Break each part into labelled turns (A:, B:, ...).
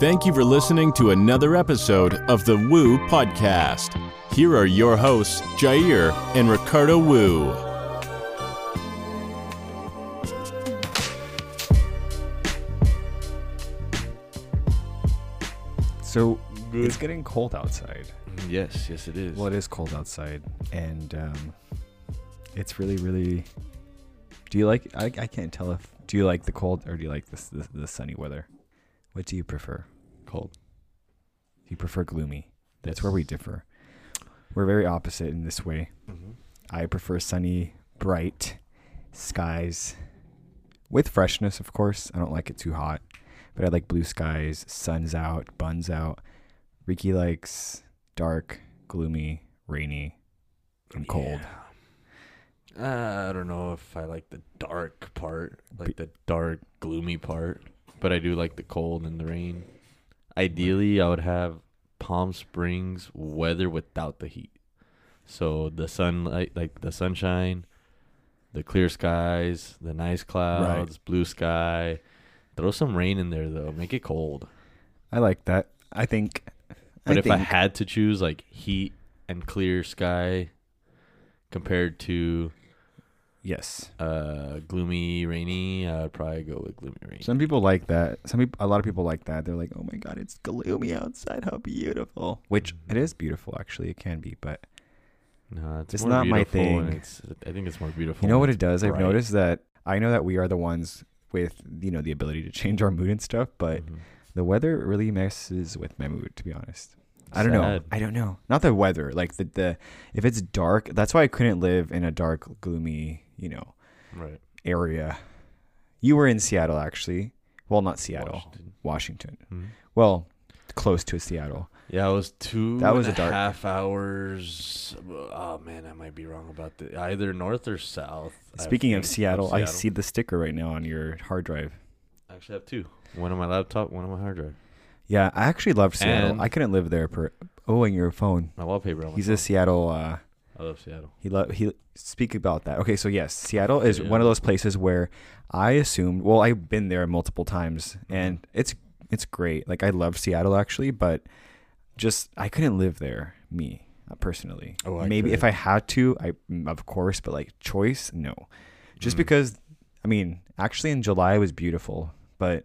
A: Thank you for listening to another episode of the Woo Podcast. Here are your hosts, Jair and Ricardo Wu.
B: So it's getting cold outside.
C: Yes, yes, it is.
B: Well, it is cold outside, and um, it's really, really. Do you like? I, I can't tell if. Do you like the cold or do you like this the, the sunny weather? What do you prefer?
C: Cold.
B: Do you prefer gloomy? That's where we differ. We're very opposite in this way. I prefer sunny, bright skies with freshness, of course. I don't like it too hot, but I like blue skies, sun's out, buns out. Ricky likes dark, gloomy, rainy, and cold.
C: Uh, I don't know if I like the dark part, like the dark, gloomy part, but I do like the cold and the rain. Ideally, I would have Palm Springs weather without the heat. So the sunlight, like the sunshine, the clear skies, the nice clouds, blue sky. Throw some rain in there though. Make it cold.
B: I like that. I think.
C: But
B: I
C: if
B: think,
C: I had to choose like heat and clear sky compared to
B: yes,
C: uh gloomy rainy, I'd probably go with gloomy rainy.
B: Some people like that. Some people, a lot of people like that. They're like, "Oh my god, it's gloomy outside. How beautiful!" Which it is beautiful, actually. It can be, but
C: no, it's,
B: it's
C: more
B: not my
C: beautiful and
B: thing.
C: It's, I think it's more beautiful.
B: you know what
C: when
B: it
C: it's
B: does. I've
C: bright.
B: noticed that I know that we are the ones with you know the ability to change our mood and stuff, but
C: Mhm.
B: the weather really messes with my mood. To be honest, I don't know.
C: Sad.
B: I don't know. Not the weather, like the the if it's dark. That's why I couldn't live in a dark, gloomy, you know,
C: Right.
B: area. You were in Seattle, actually. Well, not Seattle,
C: Washington.
B: Washington.
C: Mhm.
B: Well, close to Seattle.
C: Yeah, it was two
B: That was
C: and
B: a dark-
C: half hours. Oh man, I might be wrong about the either north or south. I
B: Speaking
C: think,
B: of Seattle, I see the sticker right now on your hard drive.
C: I actually have two. One on my laptop, one on my hard drive.
B: Yeah, I actually love Seattle.
C: And-
B: I couldn't live there. Per- oh, and your phone.
C: My wallpaper on my
B: He's
C: phone.
B: a Seattle. Uh,
C: I love Seattle.
B: he lo- he. Speak about that. Okay, so yes, Seattle is
C: Yeah.
B: one of those places where I assumed. Well, I've been there multiple times,
C: Mm-hmm.
B: and it's it's great. Like I love Seattle actually, but just I couldn't live there. Me uh, personally,
C: Oh, I
B: maybe
C: could.
B: if I had to, I mm, of course, but like choice, no. Just
C: Mhm.
B: because, I mean, actually in July it was beautiful, but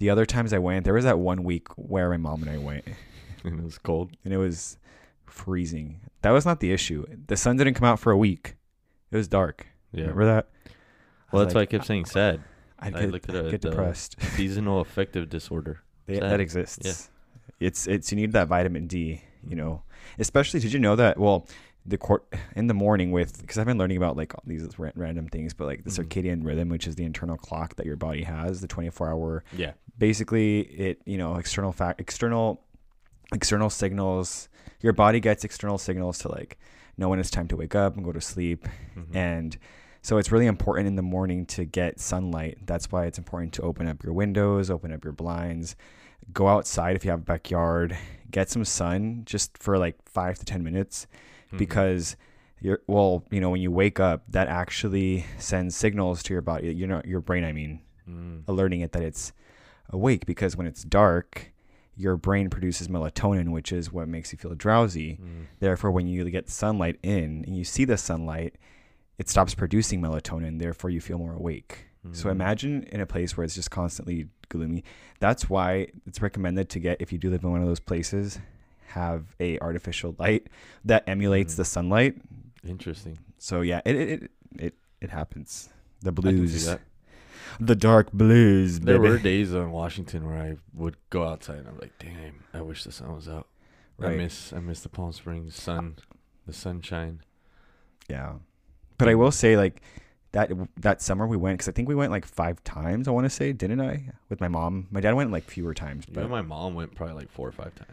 B: the other times I went, there was that one week where my mom and I went,
C: and it was cold.
B: and it was freezing. That was not the issue. The sun didn't come out for a week. It was dark.
C: Yeah.
B: Remember that?
C: Well,
B: was
C: that's why I
B: like,
C: kept saying sad.
B: I'd
C: I
B: get,
C: looked it
B: I'd
C: up,
B: get
C: the-
B: depressed.
C: Seasonal affective disorder.
B: They,
C: Sad.
B: that exists. It's it's you need that vitamin D, you know. Especially did you know that well the court in the morning with because I've been learning about like all these ra- random things, but like the
C: Mhm.
B: circadian rhythm, which is the internal clock that your body has, the 24 hour
C: Yeah.
B: basically it you know external fact external external signals your body gets external signals to like know when it's time to wake up and go to sleep and so it's really important in the morning to get sunlight that's why it's important to open up your windows open up your blinds go outside if you have a backyard get some sun just for like five to ten minutes because you're well you know when you wake up that actually sends signals to your body you know your brain i mean
C: Mm.
B: alerting it that it's awake because when it's dark, your brain produces melatonin, which is what makes you feel drowsy.
C: Mm.
B: Therefore, when you get sunlight in and you see the sunlight, it stops producing melatonin. Therefore, you feel more awake.
C: Mm.
B: So imagine in a place where it's just constantly gloomy. That's why it's recommended to get if you do live in one of those places, have a artificial light that emulates
C: Mm.
B: the sunlight.
C: Interesting.
B: So yeah, it it it, it, it happens. The
C: I can see
B: blues,
C: that.
B: the dark blues.
C: There
B: baby.
C: were days in Washington where I would go outside and I'm like, damn, I wish the sun was out. I
B: Right.
C: miss I miss the Palm Springs sun, the sunshine.
B: Yeah, but I will say like that that summer we went because I think we went like five times. I want to say, didn't I? With my mom, my dad went like fewer times,
C: You
B: but
C: know, my mom went probably like four or five times.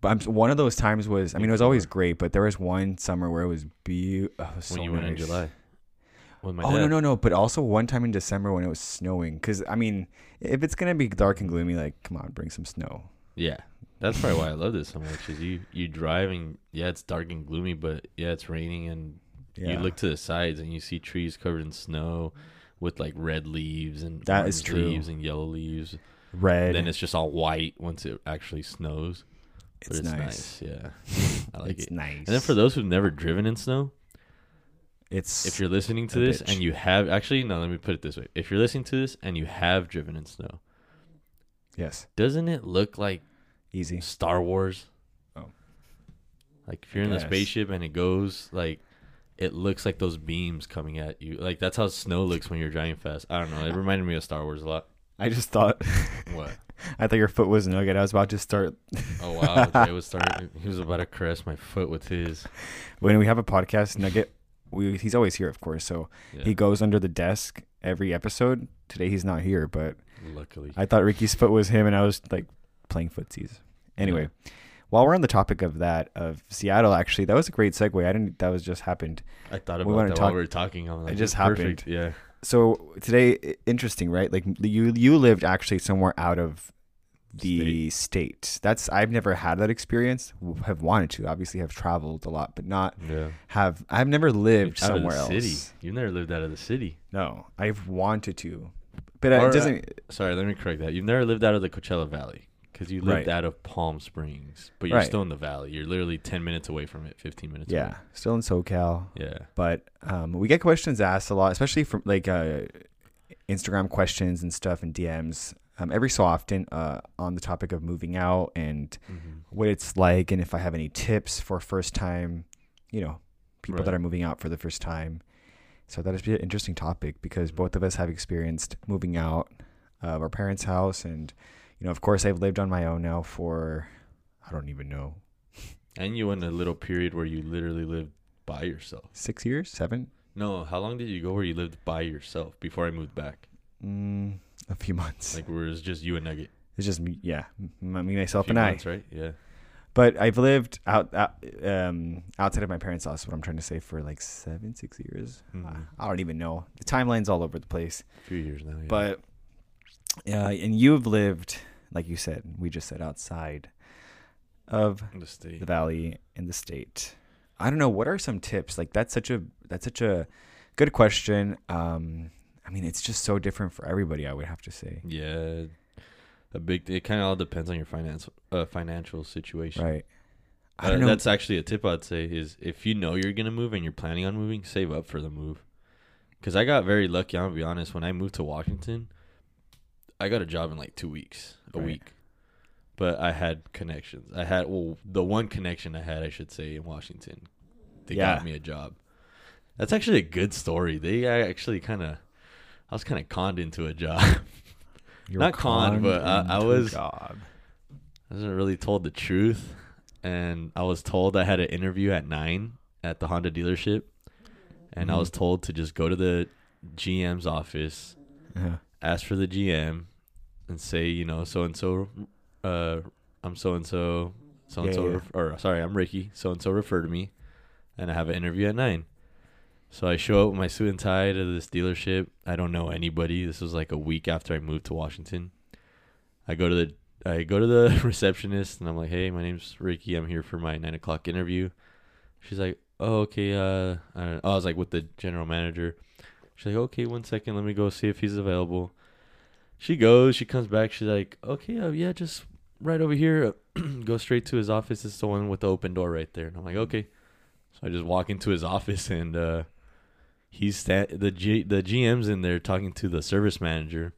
B: but I'm, one of those times was I mean it was always
C: Sure.
B: great, but there was one summer where it was beautiful. Oh, it was so
C: when you went in
B: nice.
C: July with my
B: oh
C: dad.
B: no no no! But also one time in December when it was snowing. Because I mean, if it's gonna be dark and gloomy, like come on, bring some snow.
C: Yeah, that's probably why I love this so much. Is you you driving? Yeah, it's dark and gloomy, but yeah, it's raining, and you
B: Yeah.
C: look to the sides and you see trees covered in snow with like red leaves and
B: That is
C: orange
B: true.
C: leaves and yellow leaves.
B: red.
C: Then it's just all white once it actually snows. But
B: it's, nice.
C: Yeah, I like
B: it's
C: it.
B: nice.
C: And then for those who've never driven in snow,
B: it's
C: if you're listening to
B: A
C: this
B: bitch.
C: and you have actually no, let me put it this way: if you're listening to this and you have driven in snow,
B: yes,
C: doesn't it look like
B: easy.
C: Star Wars?
B: Oh.
C: like if you're in the
B: Yes.
C: spaceship and it goes like. It looks like those beams coming at you. Like that's how snow looks when you're driving fast. I don't know. It reminded me of Star Wars a lot.
B: I just thought
C: What?
B: I thought your foot was a nugget. I was about to start
C: Oh wow! Jay was starting. He was about to caress my foot with his.
B: when we have a podcast nugget. We, he's always here, of course. So
C: Yeah,
B: he goes under the desk every episode. Today he's not here, but
C: luckily.
B: I thought Ricky's foot was him, and I was like playing footsies. Anyway, while we're on the topic of that of Seattle, actually, that was a great segue. I didn't. That was just happened.
C: I thought
B: We
C: about
B: wanna
C: that
B: talk-
C: while we were talking. I'm like,
B: just
C: perfect. Yeah.
B: So today, i- interesting, right? Like you, you lived actually somewhere out of the state. That's I've never had that experience. W- Have wanted to, obviously, have traveled a lot, but not
C: Yeah.
B: have. I've never lived
C: out
B: somewhere
C: of the
B: else.
C: city. You've never lived out of the city.
B: No, I've wanted to, but
C: Or, uh,
B: it doesn't.
C: Sorry, let me correct that. You've never lived out of the Coachella Valley because you lived
B: Right.
C: out of Palm Springs, but you're
B: Right.
C: still in the valley. You're literally 10 minutes away from it, 15 minutes.
B: yeah, still in SoCal.
C: Away. Yeah.
B: but um, we get questions asked a lot, especially from like uh, Instagram questions and stuff and DMs um, every so often uh, on the topic of moving out and
C: Mm-hmm.
B: what it's like and if I have any tips for first time, you know, people that
C: Right.
B: are moving out for the first time. So that is be an interesting topic because both of us have experienced moving out of our parents' house and you know, of course I've lived on my own now for I don't even know,
C: And you went a little period where you literally lived by yourself.
B: 6 years, 7,
C: No, how long did you go where you lived by yourself before I moved back?
B: mm, a few months.
C: Like where it was just you and Nugget.
B: It's just me, yeah, m- me, myself,
C: Few
B: and I.
C: months, right? Yeah.
B: But I've lived out, out um, outside of my parents' house. What I'm trying to say for like seven, six years. Mm.
C: Mhm.
B: I don't even know. The timeline's all over the place.
C: A few years now. Yeah.
B: But uh, and you've lived, like you said, we just said outside of
C: In the state.
B: the valley in the state i don't know what are some tips like that's such a that's such a good question um i mean it's just so different for everybody i would have to say
C: Yeah, a big. It kind of all depends on your finance, uh, financial situation.
B: right i
C: Uh,
B: don't know
C: That's actually a tip I'd say is if you know you're gonna move and you're planning on moving, save up for the move. Because I got very lucky. I'm gonna be honest. When I moved to Washington, I got a job in like two weeks, a
B: Right.
C: week. But I had connections. I had well, the one connection I had, I should say, in Washington, they
B: Yeah.
C: got me a job. That's actually a good story. They I actually kind of, I was kind of conned into a job.
B: You're
C: Not con,
B: conned
C: but I- I
B: into a
C: was-
B: job.
C: I wasn't really told the truth, and I was told I had an interview at nine at the Honda dealership, and I
B: Mm-hmm.
C: was told to just go to the GM's office,
B: Uh-huh.
C: ask for the GM, and say, you know, so and so, uh, I'm so and so, so and
B: Yeah, yeah.
C: so, or sorry, I'm Ricky, so and so refer to me, and I have an interview at nine. So I show up with my suit and tie to this dealership. I don't know anybody. This was like a week after I moved to Washington. I go to the I go to the receptionist and I'm like, "Hey, my name's Ricky. I'm here for my nine o'clock interview." She's like, "Oh, okay." Uh, I, don't- I was like with the general manager. She's like, "Okay, one second. Let me go see if he's available." She goes. She comes back. She's like, "Okay, uh, yeah, just right over here. uh, go straight to his office. It's the one with the open door right there." And I'm like, "Okay." So I just walk into his office and uh, he's sta- the G- the GM's in there talking to the service manager,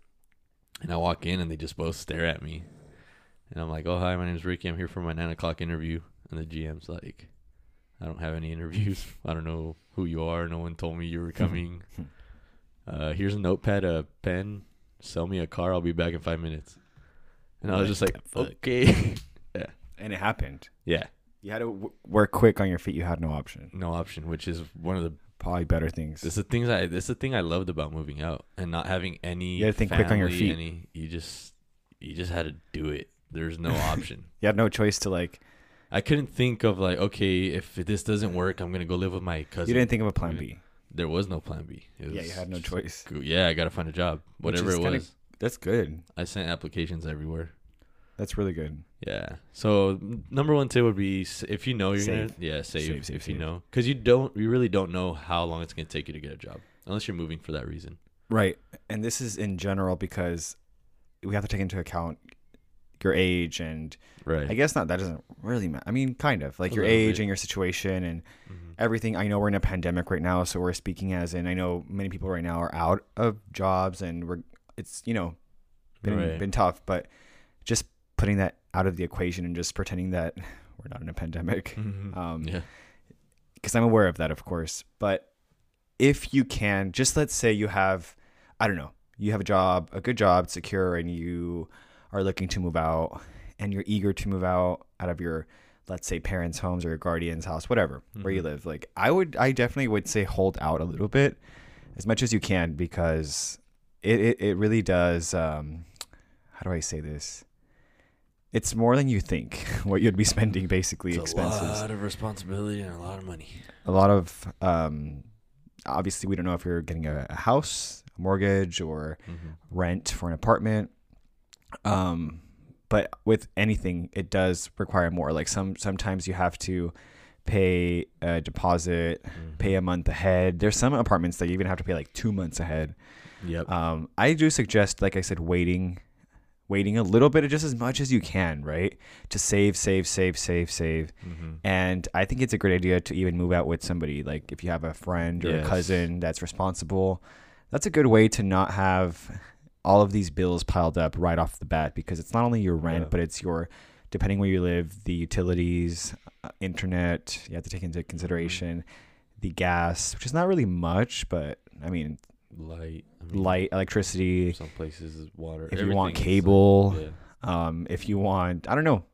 C: and I walk in and they just both stare at me, and I'm like, "Oh hi, my name's Ricky. I'm here for my nine o'clock interview." And the GM's like, "I don't have any interviews. I don't know who you are. No one told me you were coming. uh, here's a notepad, a pen. Sell me a car. I'll be back in five minutes." And I was just like, "Okay,
B: and it happened.
C: yeah,
B: You had to w- work quick on your feet. You had no option.
C: no option." Which is one of the
B: Probably better things.
C: It's the things I. It's the thing I loved about moving out and not having any.
B: You gotta think quick on your
C: family,
B: feet.
C: Any, you just, you just had to do it. There's no option.
B: you had no choice to like.
C: I couldn't think of like, okay, if this doesn't work, I'm gonna go live with my cousin.
B: You didn't think of a plan B.
C: There was no plan B. It
B: Yeah,
C: was
B: you had no
C: just
B: choice.
C: go- Yeah, I gotta find a job. Whatever
B: is
C: it was,
B: kinda- That's good.
C: I sent applications everywhere.
B: That's really good.
C: Yeah. So m- number one tip would be s- if you know you're
B: Save.
C: gonna yeah save,
B: Save, save,
C: if you
B: save.
C: know because you don't you really don't know how long it's gonna take you to get a job unless you're moving for that reason.
B: Right. And this is in general because we have to take into account your age and
C: Right.
B: I guess not. That doesn't really matter. I mean, kind of like
C: A
B: your
C: little
B: age
C: bit.
B: and your situation and
C: Mhm.
B: everything. I know we're in a pandemic right now, so we're speaking as in. I know many people right now are out of jobs, and we're it's you know been
C: Right.
B: been tough. But just putting that out of the equation and just pretending that we're not in a pandemic,
C: Mhm.
B: um,
C: yeah.
B: because I'm aware of that, of course. But if you can, just let's say you have, I don't know, you have a job, a good job, secure, and you are looking to move out and you're eager to move out out of your, let's say, parents' homes or your guardian's house, whatever, where
C: Mm-hmm.
B: you live. Like, I would, I definitely would say hold out a little bit as much as you can because it, it, it really does, um, how do I say this? It's more than you think what you'd be spending basically
C: It's
B: expenses
C: a lot of responsibility and a lot of money.
B: a lot of um, obviously we don't know if you're getting a, a house a mortgage or rent for an apartment um, but with anything it does require more like some sometimes you have to pay a deposit pay a month ahead there's some apartments that you even have to pay like two months ahead
C: Yep.
B: um, I do suggest, like I said, waiting, waiting a little bit, just as much as you can, right? To save, save, save, save, save.
C: Mm-hmm.
B: And I think it's a great idea to even move out with somebody. Like if you have a friend or
C: Yes.
B: a cousin that's responsible, that's a good way to not have all of these bills piled up right off the bat because it's not only your rent,
C: Yeah.
B: but it's your depending where you live, the utilities, uh, internet. You have to take into consideration
C: Mm-hmm.
B: the gas, which is not really much, but I mean
C: Light. I mean,
B: light, electricity.
C: Some places is water.
B: If you want
C: Mm-hmm. everything is, like-
B: cable,
C: yeah.
B: um, if you want, I don't know,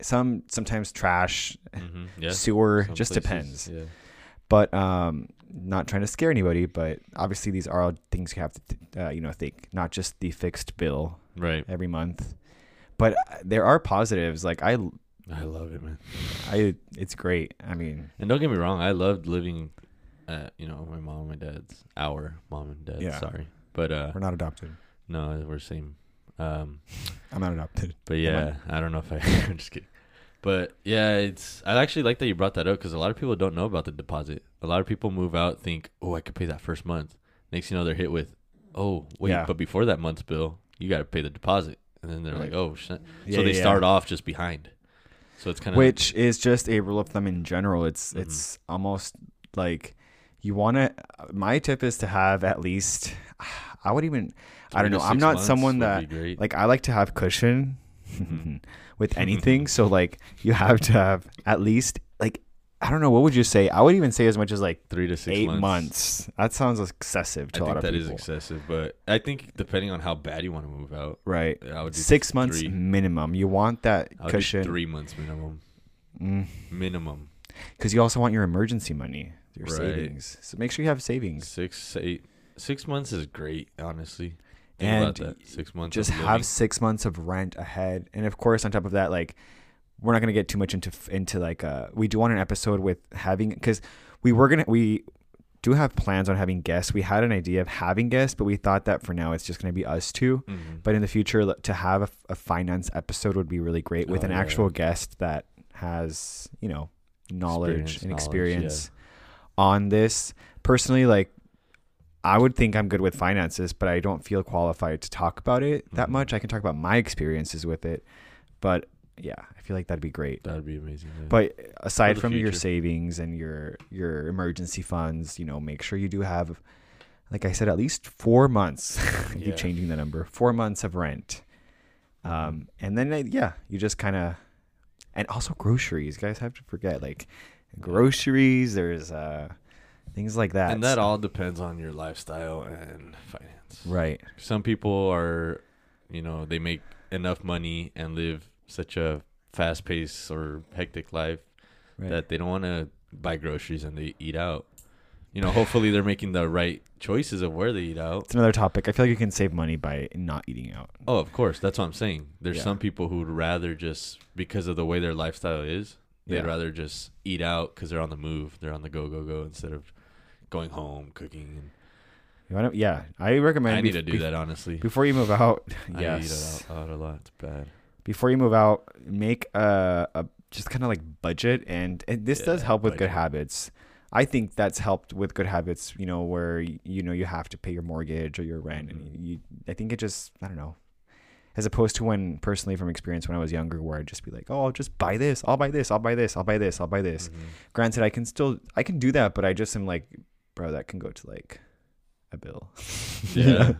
B: some sometimes trash,
C: Mhm. Yeah.
B: sewer,
C: Some
B: just
C: places,
B: depends.
C: Yeah.
B: But um, not trying to scare anybody, but obviously these are all things you have to, th- uh, you know, think not just the fixed bill
C: Right.
B: every month, but uh, there are positives. Like I,
C: I love it, man.
B: I, it's great. I mean,
C: And don't get me wrong, I loved living at you know my mom and my dad's. Our mom and dad.
B: Yeah.
C: Sorry, but uh,
B: we're not adopted.
C: no, we're same. Um,
B: I'm not adopted.
C: But
B: Am I-
C: yeah, I don't know if I. I'm just kidding. But yeah, it's. I actually like that you brought that up because a lot of people don't know about the deposit. A lot of people move out, think, "Oh, I could pay that first month." Next, thing you know, they're hit with, "Oh, wait,
B: Yeah.
C: but before that month's bill, you got to pay the deposit." And then they're like,
B: Right.
C: "Oh shit!"
B: Yeah,
C: so they
B: yeah, yeah.
C: start off just behind. So it's kind of
B: which is just a rule of thumb in general. It's
C: Mhm.
B: it's almost like you want to. My tip is to have at least. I would even. I don't know. I'm not someone that
C: great.
B: like. I like to have cushion
C: Mhm.
B: with anything. so like, you have to have at least like. I don't know. What would you say? I would even say as much as like
C: three to six
B: eight
C: months.
B: months. That sounds excessive
C: I
B: to a lot
C: think
B: of
C: that is
B: people.
C: excessive, but I think depending on how bad you want to move out,
B: Right.
C: I would do
B: Six months
C: Three.
B: minimum. You want that
C: I would do
B: cushion
C: three months minimum.
B: Mm.
C: Minimum.
B: because you also want your emergency money, your
C: Right.
B: savings. So make sure you have savings.
C: Six, eight, six months is great, honestly. Think
B: And
C: about that. Six months.
B: just
C: of
B: have
C: living.
B: six months of rent ahead and of course on top of that like we're not going to get too much into into like uh we do want an episode with having because we were gonna we do have plans on having guests we had an idea of having guests but we thought that for now it's just going to be us two
C: Mhm.
B: but in the future l- to have a, a finance episode would be really great with
C: Oh,
B: an
C: yeah.
B: actual guest that has you know knowledge
C: Experience,
B: and
C: knowledge,
B: experience on this personally like i would think i'm good with finances but i don't feel qualified to talk about it that
C: Mhm.
B: much i can talk about my experiences with it but yeah i feel like that'd be great
C: That'd be amazing. yeah.
B: but aside
C: the
B: from your
C: future.
B: savings and your your emergency funds you know make sure you do have like i said at least four months I
C: Yeah.
B: keep changing the number four months of rent um and then uh, yeah you just kind of and also groceries guys have to forget like groceries there's uh things like that
C: and that all depends on your lifestyle and finance.
B: right
C: Some people are, you know, they make enough money and live such a fast paced or hectic life
B: right
C: that they don't want to buy groceries and they eat out. You know, hopefully they're making the right choices of where they eat out.
B: it's another topic i feel like you can save money by not eating out
C: Oh, of course. That's what I'm saying. There's
B: Yeah.
C: some people who would rather just because of the way their lifestyle is, they'd
B: Yeah.
C: rather just eat out because they're on the move, they're on the go go go instead of going home cooking. And
B: you want to yeah i recommend
C: I need
B: bef-
C: to do
B: bef-
C: that honestly.
B: before you move out
C: I eat
B: yes
C: it out, out a lot. It's bad.
B: before you move out, make a, a just kind of like budget, and, and this does
C: Yeah,
B: help with good
C: budget.
B: habits. I think that's helped with good habits. You know, where y- you know you have to pay your mortgage or your rent,
C: Mhm.
B: and you, I think it just I don't know. as opposed to when personally from experience when I was younger, where I'd just be like, oh, I'll just buy this, I'll buy this, I'll buy this, I'll buy this, I'll buy this.
C: Mm-hmm.
B: Granted, I can still I can do that, but I just am like, bro, that can go to like a bill.
C: Yeah.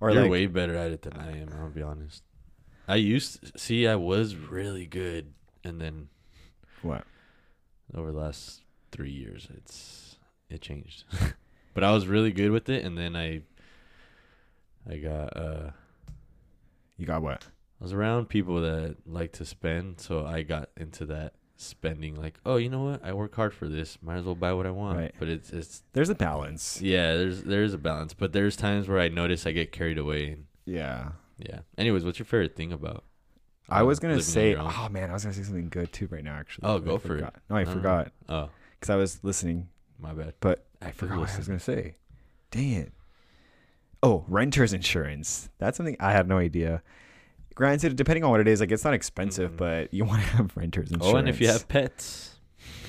B: or
C: You're
B: like
C: way better at it than I am. I'll be honest. I used see I was really good, and then
B: what?
C: over the last three years, it's it changed. but I was really good with it, and then I I got uh
B: You got what?
C: I was around people that like to spend, so I got into that spending. Like, oh, you know what? I work hard for this. Might as well buy what I want.
B: Right.
C: But it's it's
B: There's a balance.
C: yeah. There's there's a balance, but there's times where I notice I get carried away. And,
B: Yeah.
C: yeah. Anyways, what's your favorite thing about?
B: I
C: uh,
B: was gonna
C: living on
B: say,
C: your own?
B: oh man, I was gonna say something good too right now. Actually,
C: Oh,
B: but I
C: go for it.
B: forgot. No, I
C: No, no, no.
B: forgot
C: Oh,
B: because I was listening,
C: my bad.
B: but I
C: Active
B: forgot what I was
C: listening.
B: gonna say. Dang it! Oh, renter's insurance. That's something I have no idea. Granted, depending on what it is, like it's not expensive,
C: Mhm.
B: but you want to have renter's insurance.
C: Oh, and if you have pets,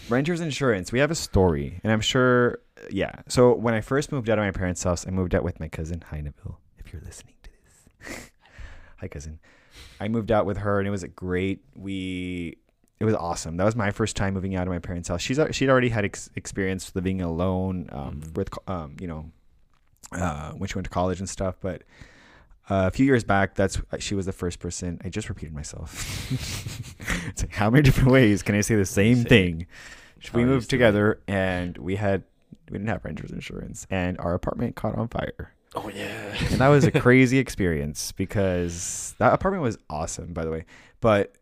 B: renter's insurance, we have a story, and I'm sure, yeah. So when I first moved out of my parents' house, I moved out with my cousin Heineville. If you're listening to this, hi cousin. I moved out with her, and it was a great. We it was awesome. That was my first time moving out of my parents' house. She's al- she'd already had ex- experience living alone um,
C: Mhm.
B: with co- um, you know uh, when she went to college and stuff, but. Uh, a few years back, that's uh, she was the first person. I just repeated myself. it's like, how many different ways can I say the same
C: Same.
B: thing? we
C: How I
B: moved
C: used to
B: together and we had we didn't have renter's insurance and our apartment caught on fire
C: oh yeah,
B: and that was a crazy experience because that apartment was awesome by the way but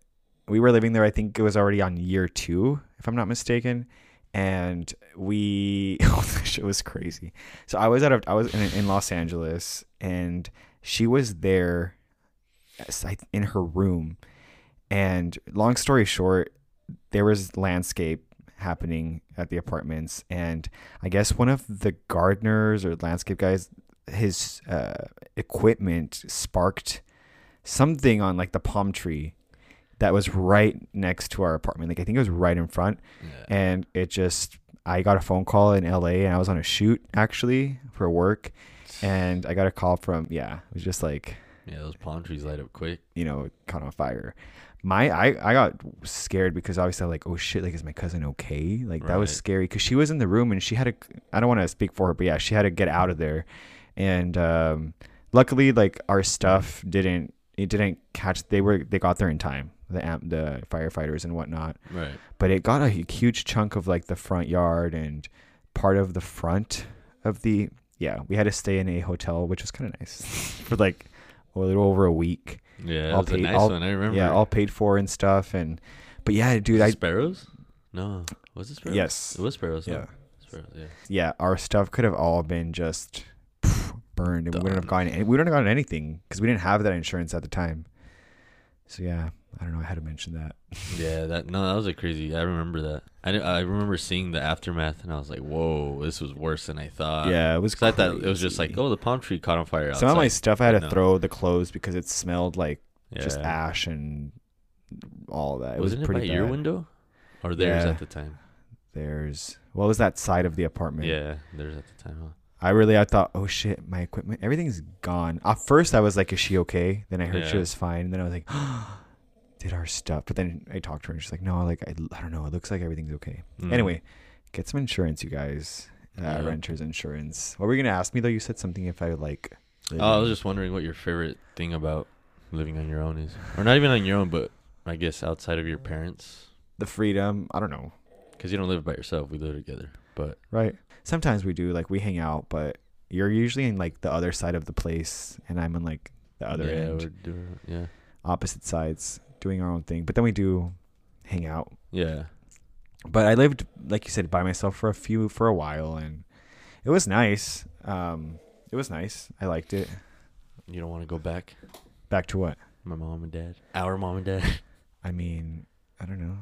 B: we were living there i think it was already on year two if i'm not mistaken and we oh that shit was crazy so i was out of i was in, in los angeles and she was there as- I- in her room and long story short there was landscape happening at the apartments and i guess one of the gardeners or landscape guys his uh, equipment sparked something on like the palm tree that was right next to our apartment like i think it was right in front
C: Yeah.
B: and it just i got a phone call in la and i was on a shoot actually for work and i got a call from yeah it was just like
C: yeah, those palm trees light up quick.
B: you know caught on fire my i i got scared because obviously I'm like oh shit like is my cousin okay like that was
C: Right.
B: scary because she was in the room and she had to i don't want to speak for her but yeah she had to get out of there and um luckily like our stuff didn't it didn't catch they were they got there in time the amp the firefighters and whatnot
C: Right.
B: but it got a hu- huge chunk of like the front yard and part of the front of the yeah we had to stay in a hotel which was kind of nice for like a little over a week
C: Yeah, that
B: I'll
C: was
B: pay-
C: a nice
B: I'll-
C: one. I remember.
B: yeah all paid for and stuff and but yeah dude i
C: sparrows? No, was it sparrows?
B: yes
C: it was sparrows.
B: yeah
C: Yeah, sparrows, yeah.
B: yeah our stuff could have all been just pff, burned and we wouldn't have
C: Done.
B: gotten any, we wouldn't have gotten anything because we didn't have that insurance at the time so yeah i don't know how to mention that
C: Yeah, that no, that was a crazy. I remember that. I didn't- I remember seeing the aftermath, and I was like, "Whoa, this was worse than I thought."
B: yeah it was
C: 'Cause I thought it was just Uh, like,
B: crazy.
C: "Oh, the palm tree caught on fire."
B: some of my
C: outside."
B: stuff i had to
C: No.
B: throw the clothes because it smelled like
C: yeah.
B: just ash and all that. It
C: Wasn't
B: was
C: it by
B: pretty
C: your
B: bad.
C: window or theirs
B: Yeah.
C: at the time?
B: There's what was that side of the apartment?
C: Yeah, theirs at the time. Huh?
B: I really I thought, oh shit, my equipment, everything's gone. At first, I was like, is she okay? Then I heard she
C: Yeah.
B: was fine. And then I was like, did our stuff? But then I talked to her and she's like, no, like I, I don't know. It looks like everything's okay.
C: Mm.
B: Anyway, get some insurance, you guys. Uh,
C: Yeah.
B: Renters insurance. What were you gonna ask me though? You said something if I like.
C: Oh, I was
B: living-
C: just wondering what your favorite thing about living on your own is, or not even on your own, but I guess outside of your parents,
B: the freedom. I don't know.
C: because you don't live by yourself. We live together, but
B: Right. Sometimes we do, like we hang out, but you're usually in like the other side of the place and I'm on like the other
C: yeah, we're
B: end,
C: doing, yeah,
B: opposite sides, doing our own thing. But then we do hang out.
C: yeah,
B: But I lived, like you said, by myself for a few for a while and it was nice. Um it was nice. I liked it.
C: you don't want to go back.
B: Back to what?
C: My mom and dad. Our mom and dad.
B: I mean, I don't know.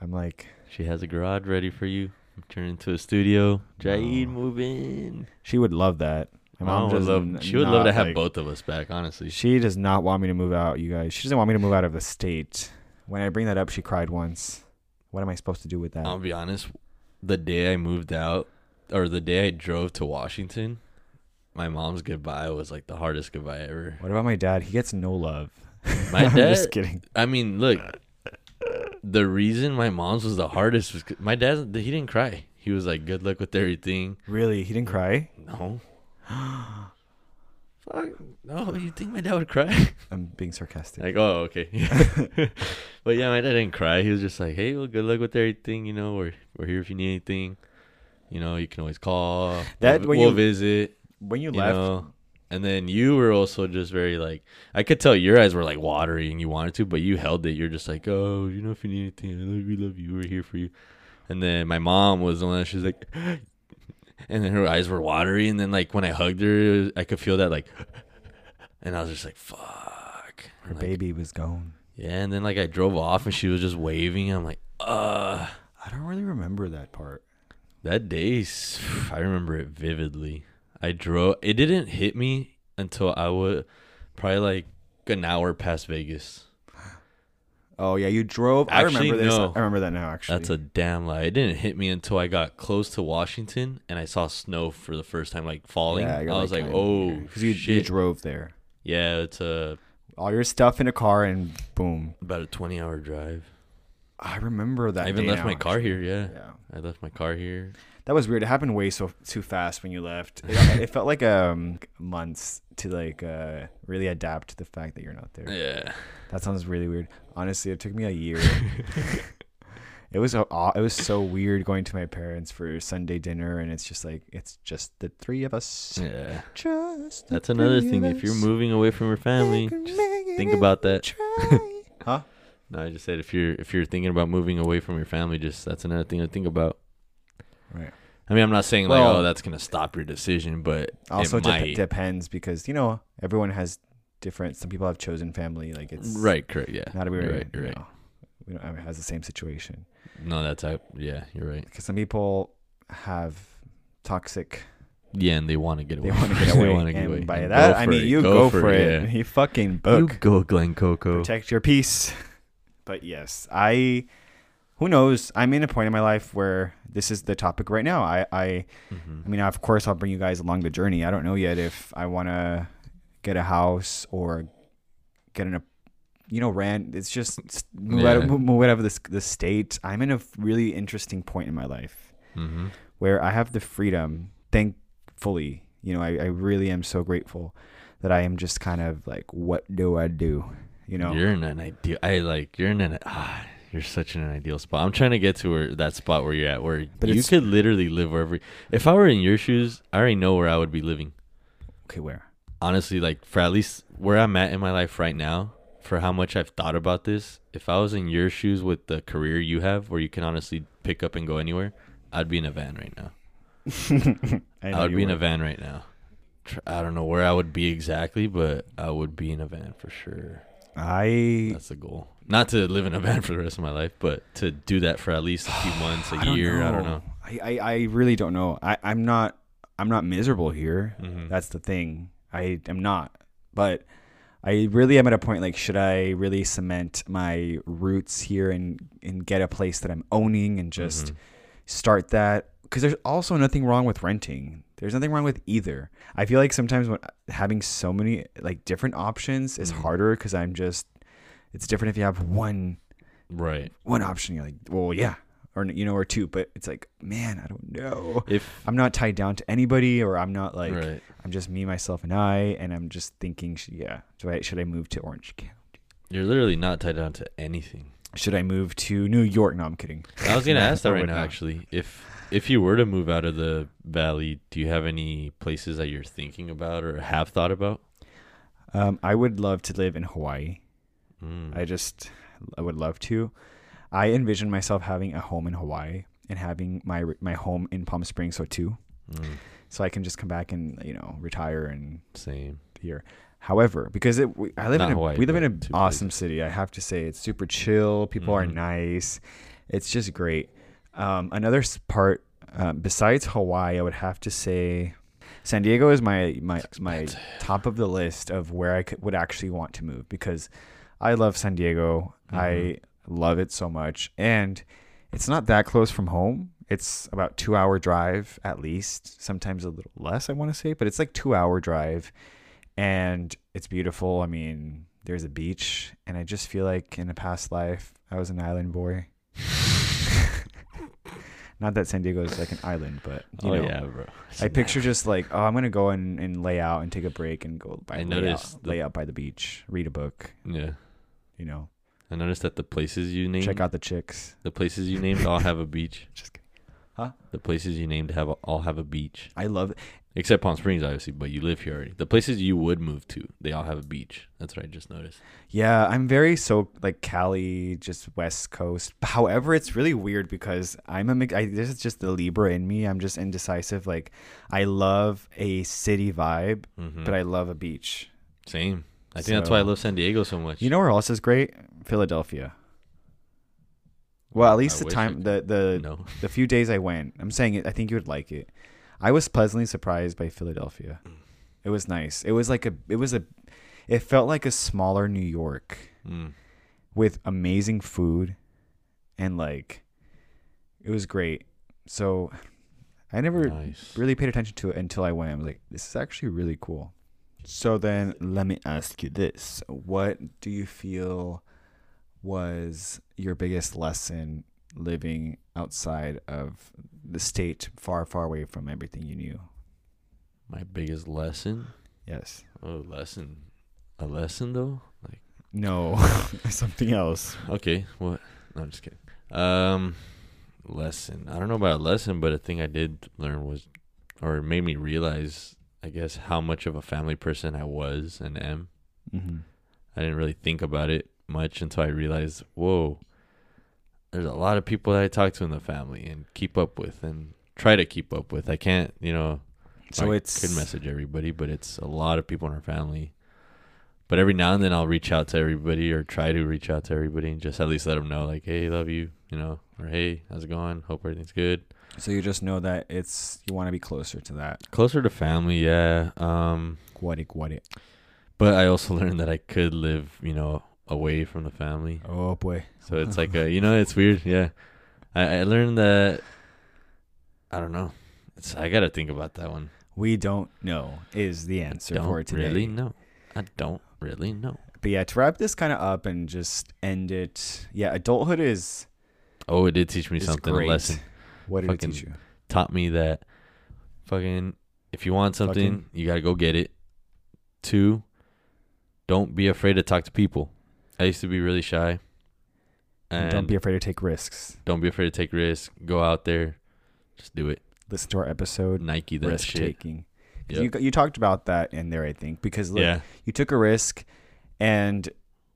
B: I'm like
C: She has a garage ready for you. Turn it into a studio. Jaid,
B: No.
C: move in.
B: she would love that. My mom
C: would
B: does
C: Oh, love.
B: n-
C: She would love to
B: not
C: have
B: like-
C: both of us back. Honestly,
B: She does not want me to move out, you guys. She doesn't want me to move out of the state. When I bring that up, she cried once. What am I supposed to do with that?
C: I'll be honest. The day I moved out, or the day I drove to Washington, my mom's goodbye was like the hardest goodbye ever.
B: What about my dad? He gets no love.
C: My
B: I'm
C: dad,
B: just kidding.
C: I mean, look, the reason my mom's was the hardest was 'cause my dad. He didn't cry. He was like, "Good luck with everything."
B: Really, he didn't cry.
C: No. Fuck. No, you think my dad would cry?
B: I'm being sarcastic.
C: like, oh, okay. but yeah, my dad didn't cry. He was just like, "Hey, well, good luck with everything. You know, we're we're here if you need anything. You know, you can always call.
B: That-
C: we'll,
B: when
C: we'll
B: you-
C: visit."
B: when you,
C: you
B: left,
C: know? And then you were also just very like I could tell your eyes were like watery and you wanted to, but you held it. You're just like, oh, you know, if you need anything, I love you, love you. We're here for you. And then my mom was the one. She's like, and then her eyes were watery. And then like when I hugged her, I could feel that like, and I was just like, fuck.
B: her
C: Like,
B: baby was gone.
C: Yeah. And then like I drove off and she was just waving. I'm like, uh.
B: I don't really remember that part.
C: That day, s- I remember it vividly. I drove. It didn't hit me until I was probably like an hour past Vegas.
B: Oh yeah, you drove. I
C: Actually,
B: remember this.
C: no.
B: I remember that now. Actually,
C: That's a damn lie. It didn't hit me until I got close to Washington and I saw snow for the first time, like falling.
B: Yeah,
C: I,
B: you're
C: was like,
B: kinda
C: oh,
B: here. 'Cause you,
C: shit.
B: you drove there.
C: yeah, it's a
B: All your stuff in a car and boom.
C: about a twenty-hour drive.
B: I remember that.
C: I even
B: day
C: left
B: now,
C: my car
B: actually.
C: here. Yeah.
B: Yeah,
C: I left my car here.
B: that was weird. It happened way so too fast when you left. It, it felt like um months to like uh really adapt to the fact that you're not there.
C: Yeah,
B: That sounds really weird. Honestly, it took me a year. it was a, aw- it was so weird going to my parents for Sunday dinner, and it's just like it's just the three of us.
C: yeah.
B: Just the
C: That's another
B: three
C: thing.
B: of
C: If you're
B: us.
C: moving away from your family,
B: can
C: just
B: make it
C: think
B: if
C: about that.
B: Try. huh?
C: No, I just said if you're if you're thinking about moving away from your family, just that's another thing to think about.
B: Right.
C: I mean, I'm not saying like,
B: Well-
C: oh, that's gonna stop your decision, but
B: Also,
C: it
B: dep-
C: might.
B: depends because you know everyone has different. Some people have chosen family. Like it's
C: right, correct, yeah.
B: Not
C: you're
B: everyone.
C: right, you're
B: you
C: right.
B: know, we don't everyone has the same situation.
C: No, that's I, yeah, you're right.
B: Because some people have toxic
C: Yeah, and they want to get away.
B: They want to
C: They
B: get away.
C: wanna get
B: and
C: away.
B: by
C: And
B: that,
C: go
B: I
C: for
B: mean
C: it,
B: you go, for, it.
C: yeah.
B: You fucking
C: You
B: book.
C: go, Glenn Coco.
B: Protect your peace. But yes, I. Who knows? I'm in a point in my life where this is the topic right now. I, I, I mean, of course, I'll bring you guys along the journey. I don't know yet if I want to get a house or get an, ap- you know, rent. It's just s- move, out of,
C: Yeah.
B: move, move out of this the state. I'm in a really interesting point in my life
C: Mm-hmm.
B: where I have the freedom, thankfully, you know, I, I really am so grateful that I am just kind of like, what do I do? You know,
C: You're in an ideal. I like you're in an. Ah, you're such in an ideal spot. I'm trying to get to where that spot where you're at, where
B: But
C: you
B: it's-
C: could literally live wherever. If I were in your shoes, I already know where I would be living.
B: okay, where?
C: honestly, like for at least where I'm at in my life right now, for how much I've thought about this, if I was in your shoes with the career you have, where you can honestly pick up and go anywhere, I'd be in a van right now.
B: I
C: I,
B: know
C: would
B: you
C: be in a
B: were.
C: van right now. Tr- I don't know where I would be exactly, but I would be in a van for sure.
B: I,
C: That's the goal. Not to live in a van for the rest of my life, but to do that for at least a few months, a
B: I don't
C: year.
B: know.
C: I don't know.
B: I, I, I really don't know. I, I'm not, I'm not miserable here.
C: Mhm.
B: That's the thing. I am not, but I really am at a point like, should I really cement my roots here and, and get a place that I'm owning and just
C: Mm-hmm.
B: start that? Because there's also nothing wrong with renting. There's nothing wrong with either. I feel like sometimes when having so many like different options
C: Mm-hmm.
B: is harder because I'm just, it's different if you have one
C: Right.
B: one option. You're like, well, yeah, or you know, or two, but it's like, man, I don't know.
C: If
B: I'm not tied down to anybody, or I'm not like
C: right.
B: I'm just me, myself, and I, and I'm just thinking, sh- yeah, do I should I move to Orange County?
C: You're literally not tied down to anything.
B: Should I move to New York? No, I'm kidding.
C: I was gonna
B: No,
C: ask that
B: I
C: right
B: would
C: now,
B: not.
C: actually. If if you were to move out of the valley, do you have any places that you're thinking about or have thought about?
B: Um, I would love to live in Hawaii.
C: Mm.
B: I just I would love to. I envision myself having a home in Hawaii and having my my home in Palm Springs, so too,
C: Mm.
B: so I can just come back and you know retire and
C: Same.
B: here. However, because it, we, I live
C: Not
B: in a,
C: Hawaii,
B: we live in
C: but
B: an
C: two
B: awesome city, I have to say it's super chill. People are
C: Mhm.
B: nice. It's just great. Um, another s- part uh, besides Hawaii, I would have to say San Diego is my my my top of the list of where I could, would actually want to move because I love
C: Mm-hmm.
B: San Diego. I love it so much, and it's not that close from home. It's about two hour drive at least, sometimes a little less, I want to say, but it's like two hour drive and it's beautiful. I mean, there's a beach and I just feel like in a past life I was an island boy. Not that San Diego is like an island, but you
C: oh
B: know,
C: yeah, bro.
B: I picture just like, oh, I'm gonna go and, and lay out and take a break and go by
C: I
B: lay out-
C: noticed the-
B: lay out by the beach, read a book,
C: Yeah,
B: you know,
C: I noticed that the places you named,
B: check out the chicks.
C: the places you named, all have a beach.
B: Just kidding.
C: The places you named have a, all have a beach,
B: I love it.
C: except Palm Springs, obviously. But you live here already. The places you would move to, they all have a beach. That's what I just noticed.
B: Yeah, I'm very so like Cali, just West Coast. However, it's really weird because I'm a mix- I, this is just the Libra in me. I'm just indecisive. Like, I love a city vibe,
C: Mhm.
B: but I love a beach.
C: Same. I think that's why I
B: So-
C: love San Diego so much.
B: You know where else is great? Philadelphia. Well, at least the
C: wish I
B: time
C: could-
B: the the
C: no.
B: the few days I went, I'm saying it. I think you would like it. I was pleasantly surprised by Philadelphia. It was nice. It was like a. It was a. It felt like a smaller New York
C: Mm.
B: with amazing food, and like, it was great. So, I never
C: Nice.
B: really paid attention to it until I went. I was like, this is actually really cool. So then let me ask you this. What do you feel was your biggest lesson living outside of the state, far, far away from everything you knew?
C: My biggest lesson.
B: Yes.
C: Oh, lesson. A lesson though. Like
B: No. Something else.
C: okay, what? No, I'm just kidding. Um, lesson. I don't know about a lesson, but a thing I did learn was, or it made me realize, I guess, how much of a family person I was and am.
B: Mm-hmm.
C: I didn't really think about it much until I realized, whoa, there's a lot of people that I talk to in the family and keep up with and try to keep up with. I can't, you know,
B: So
C: I
B: it's
C: could message everybody, but it's a lot of people in our family. But every now and then I'll reach out to everybody or try to reach out to everybody and just at least let them know like, hey, love you, you know, or hey, how's it going? Hope everything's good.
B: so you just know that it's you want to be closer to that.
C: Closer to family, yeah. Um,
B: What it what it.
C: but I also learned that I could live, you know, away from the family.
B: Oh boy.
C: So it's like a, you know, it's weird. Yeah, I, I learned that. I don't know. It's I gotta think about that one.
B: We don't know is the answer
C: Don't
B: for today.
C: really know. I don't really know.
B: But yeah, to wrap this kind of up and just end it, yeah, adulthood is
C: Oh, it did teach me
B: is
C: something.
B: Great.
C: A lesson
B: What did
C: Fucking
B: it teach you?
C: taught me that. Fucking, if you want something,
B: Fucking-
C: you gotta go get it. Two, don't be afraid to talk to people. I used to be really shy. And
B: Don't be afraid to take risks.
C: afraid to take risks. Go out there, just do it.
B: Listen to our episode,
C: Nike that
B: risk
C: shit.
B: taking.
C: Yep.
B: You you talked about that in there, I think, because look,
C: yeah,
B: you took a risk, and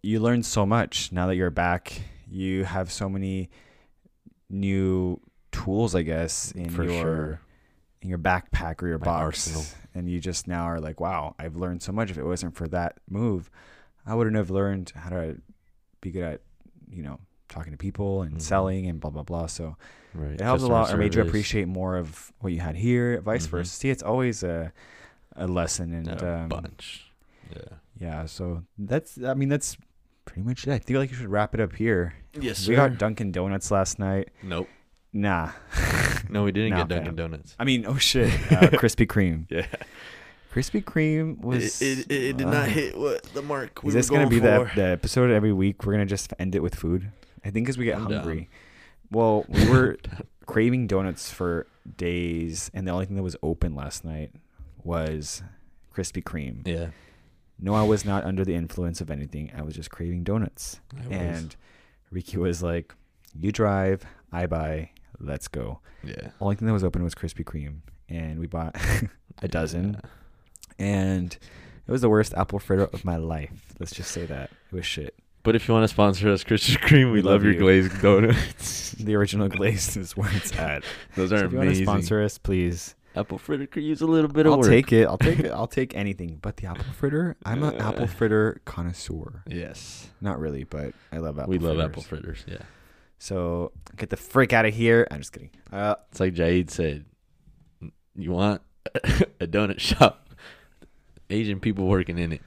B: you learned so much. Now that you're back, you have so many new tools, I guess, in
C: for
B: your
C: sure.
B: in your backpack or your
C: My
B: box
C: arsenal.
B: and you just now are like wow i've learned so much if it wasn't for that move i wouldn't have learned how to be good at you know talking to people and
C: Mhm.
B: selling and blah blah blah so
C: Right.
B: it helps a
C: customer
B: lot or made you
C: service.
B: appreciate more of what you had here vice
C: Mhm.
B: versa see it's always a a lesson and
C: a
B: um,
C: bunch. Yeah.
B: yeah so that's i mean that's pretty much it i feel like you should wrap it up here
C: Yes,
B: we got dunkin donuts last night
C: nope.
B: nah
C: No, we didn't
B: Nah,
C: get Dunkin'
B: fam.
C: Donuts.
B: i mean oh shit uh, krispy kreme
C: Yeah.
B: Krispy Kreme was. uh,
C: what the mark
B: Is this gonna be the, ep- the episode every week? We're gonna just end it with food. I think as we get
C: I'm
B: hungry. Well, we were craving donuts for days, and the only thing that was open last night was Krispy Kreme.
C: Yeah.
B: No, I was not under the influence of anything. I was just craving donuts,
C: I was.
B: and Ricky was like, "You drive, I buy, let's go."
C: yeah.
B: Only thing that was open was Krispy Kreme, and we bought a dozen
C: Yeah.
B: and it was the worst apple fritter of my life. Let's just say that it was shit.
C: But if you want to sponsor us, Krispy Kreme, we, love, your
B: you.
C: glazed donuts.
B: The original glazed is where it's at.
C: Those
B: So
C: are
B: if you want to
C: amazing.
B: sponsor us, please.
C: Apple fritter could use a little bit of
B: I'll
C: work.
B: take it. I'll take it. I'll take anything. But the apple fritter, I'm an apple fritter connoisseur.
C: Yes.
B: Not really, but I love apple.
C: we love
B: fritters.
C: apple fritters. Yeah.
B: So get the freak out of here. I'm just kidding. Uh,
C: It's like Jaid said. You want a donut shop. Asian people working in it.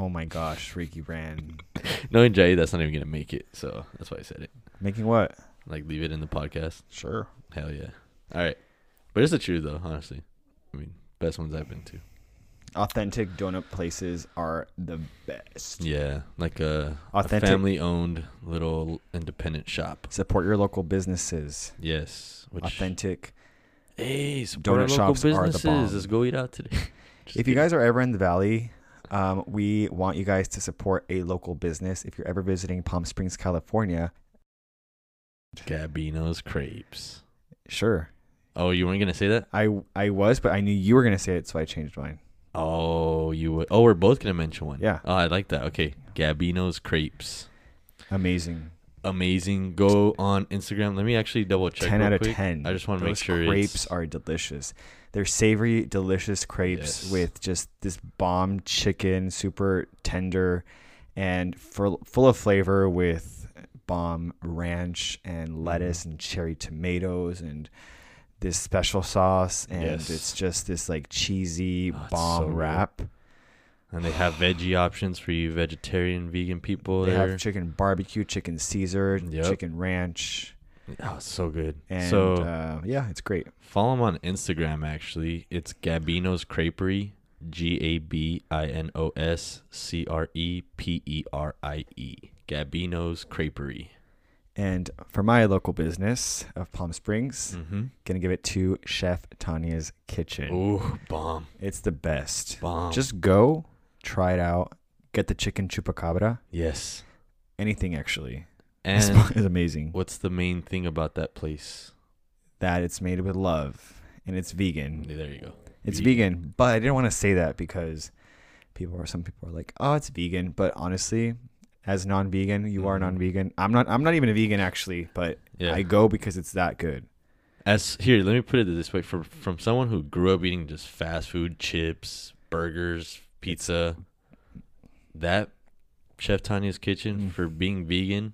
B: oh my gosh, Ricky Brand
C: Knowing Jaid, that's not even going to make it. So that's why I said it.
B: making what?
C: Like leave it in the podcast.
B: Sure.
C: Hell yeah. All right. But it's the truth though, honestly. I mean, best ones I've been to.
B: Authentic donut places are the best.
C: Yeah, like a, a
B: Authentic-
C: family-owned little independent shop.
B: Support your local businesses.
C: Yes, which
B: Authentic.
C: hey, support our
B: Donut
C: local
B: shops are the
C: businesses.
B: bomb.
C: Let's go eat out today. Just
B: If you
C: kidding.
B: guys are ever in the valley, um, we want you guys to support a local business. If you're ever visiting Palm Springs, California,
C: Gabino's crepes.
B: sure.
C: Oh, you weren't gonna say that?
B: I I was, but I knew you were gonna say it, so I changed mine.
C: Oh, you would. Oh, we're both gonna mention one.
B: Yeah.
C: Oh, I like that. Okay, Gabino's crepes.
B: Amazing.
C: Amazing. Go on Instagram. Let me actually double check.
B: ten
C: real
B: out of
C: quick.
B: ten.
C: I just want to make
B: Those
C: sure
B: crepes
C: it's-
B: are delicious. They're savory, delicious crepes
C: Yes.
B: with just this bomb chicken, super tender, and full full of flavor with bomb ranch
C: Mm-hmm.
B: and lettuce and cherry tomatoes and this special sauce and
C: Yes.
B: it's just this like cheesy
C: Oh, it's
B: bomb
C: so good.
B: wrap.
C: and they have veggie options for you vegetarian, vegan people.
B: They
C: there.
B: have chicken barbecue, chicken Caesar,
C: Yep.
B: chicken ranch,
C: Oh, it's so good.
B: and
C: so
B: uh, yeah, it's great.
C: follow him on Instagram. Actually, it's Gabino's Creperie. G A B I N O S C R E P E R I E. Gabino's Creperie.
B: And for my local business of Palm Springs,
C: Mm-hmm.
B: gonna give it to Chef Tanya's Kitchen.
C: Ooh, bomb,
B: It's the best.
C: bomb.
B: Just go, try it out, get the chicken chupacabra.
C: yes.
B: Anything actually is
C: And
B: is amazing.
C: what's the main thing about that place?
B: That it's made with love and it's vegan.
C: There you go.
B: It's
C: Vegan.
B: vegan, but I didn't want to say that because people are some people are like, oh, it's vegan. But honestly, as non-vegan, you are
C: Mhm.
B: non-vegan. I'm not. I'm not even a vegan actually, but
C: Yeah.
B: I go because it's that good.
C: As here, let me put it this way: from from someone who grew up eating just fast food, chips, burgers, pizza, that Chef Tanya's Kitchen
B: Mm.
C: for being vegan,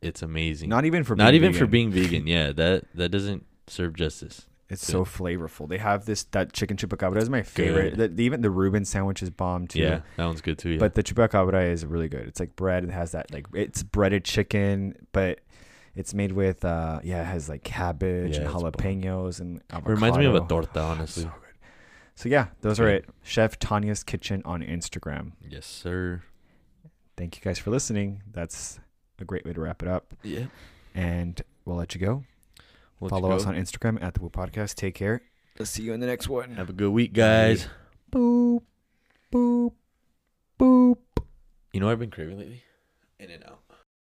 C: it's amazing.
B: Not even for
C: Not
B: being
C: even for
B: vegan.
C: being vegan. Yeah, that that doesn't serve justice.
B: It's
C: Good.
B: so flavorful. They have this that chicken chupacabra is my favorite.
C: Good.
B: The- even the Reuben sandwich is bomb too.
C: Yeah, that one's good too. Yeah.
B: But the chupacabra is really good. It's like bread. It has that like it's breaded chicken, but it's made with uh yeah, it has like cabbage
C: Yeah,
B: and
C: it's bomb.
B: jalapenos and avocado. Oh,
C: reminds me of a torta, honestly.
B: So good. So yeah, those are
C: Okay.
B: it. Chef Tanya's Kitchen on Instagram.
C: yes, sir.
B: Thank you guys for listening. That's a great way to wrap it up.
C: Yeah.
B: And we'll let you go.
C: We'll let you
B: Follow us
C: go.
B: on Instagram at the Woo Podcast. Take care. Let's see you in the next one.
C: Have a good week, guys.
B: boop, boop, boop.
C: You know what I've been craving lately? In and out.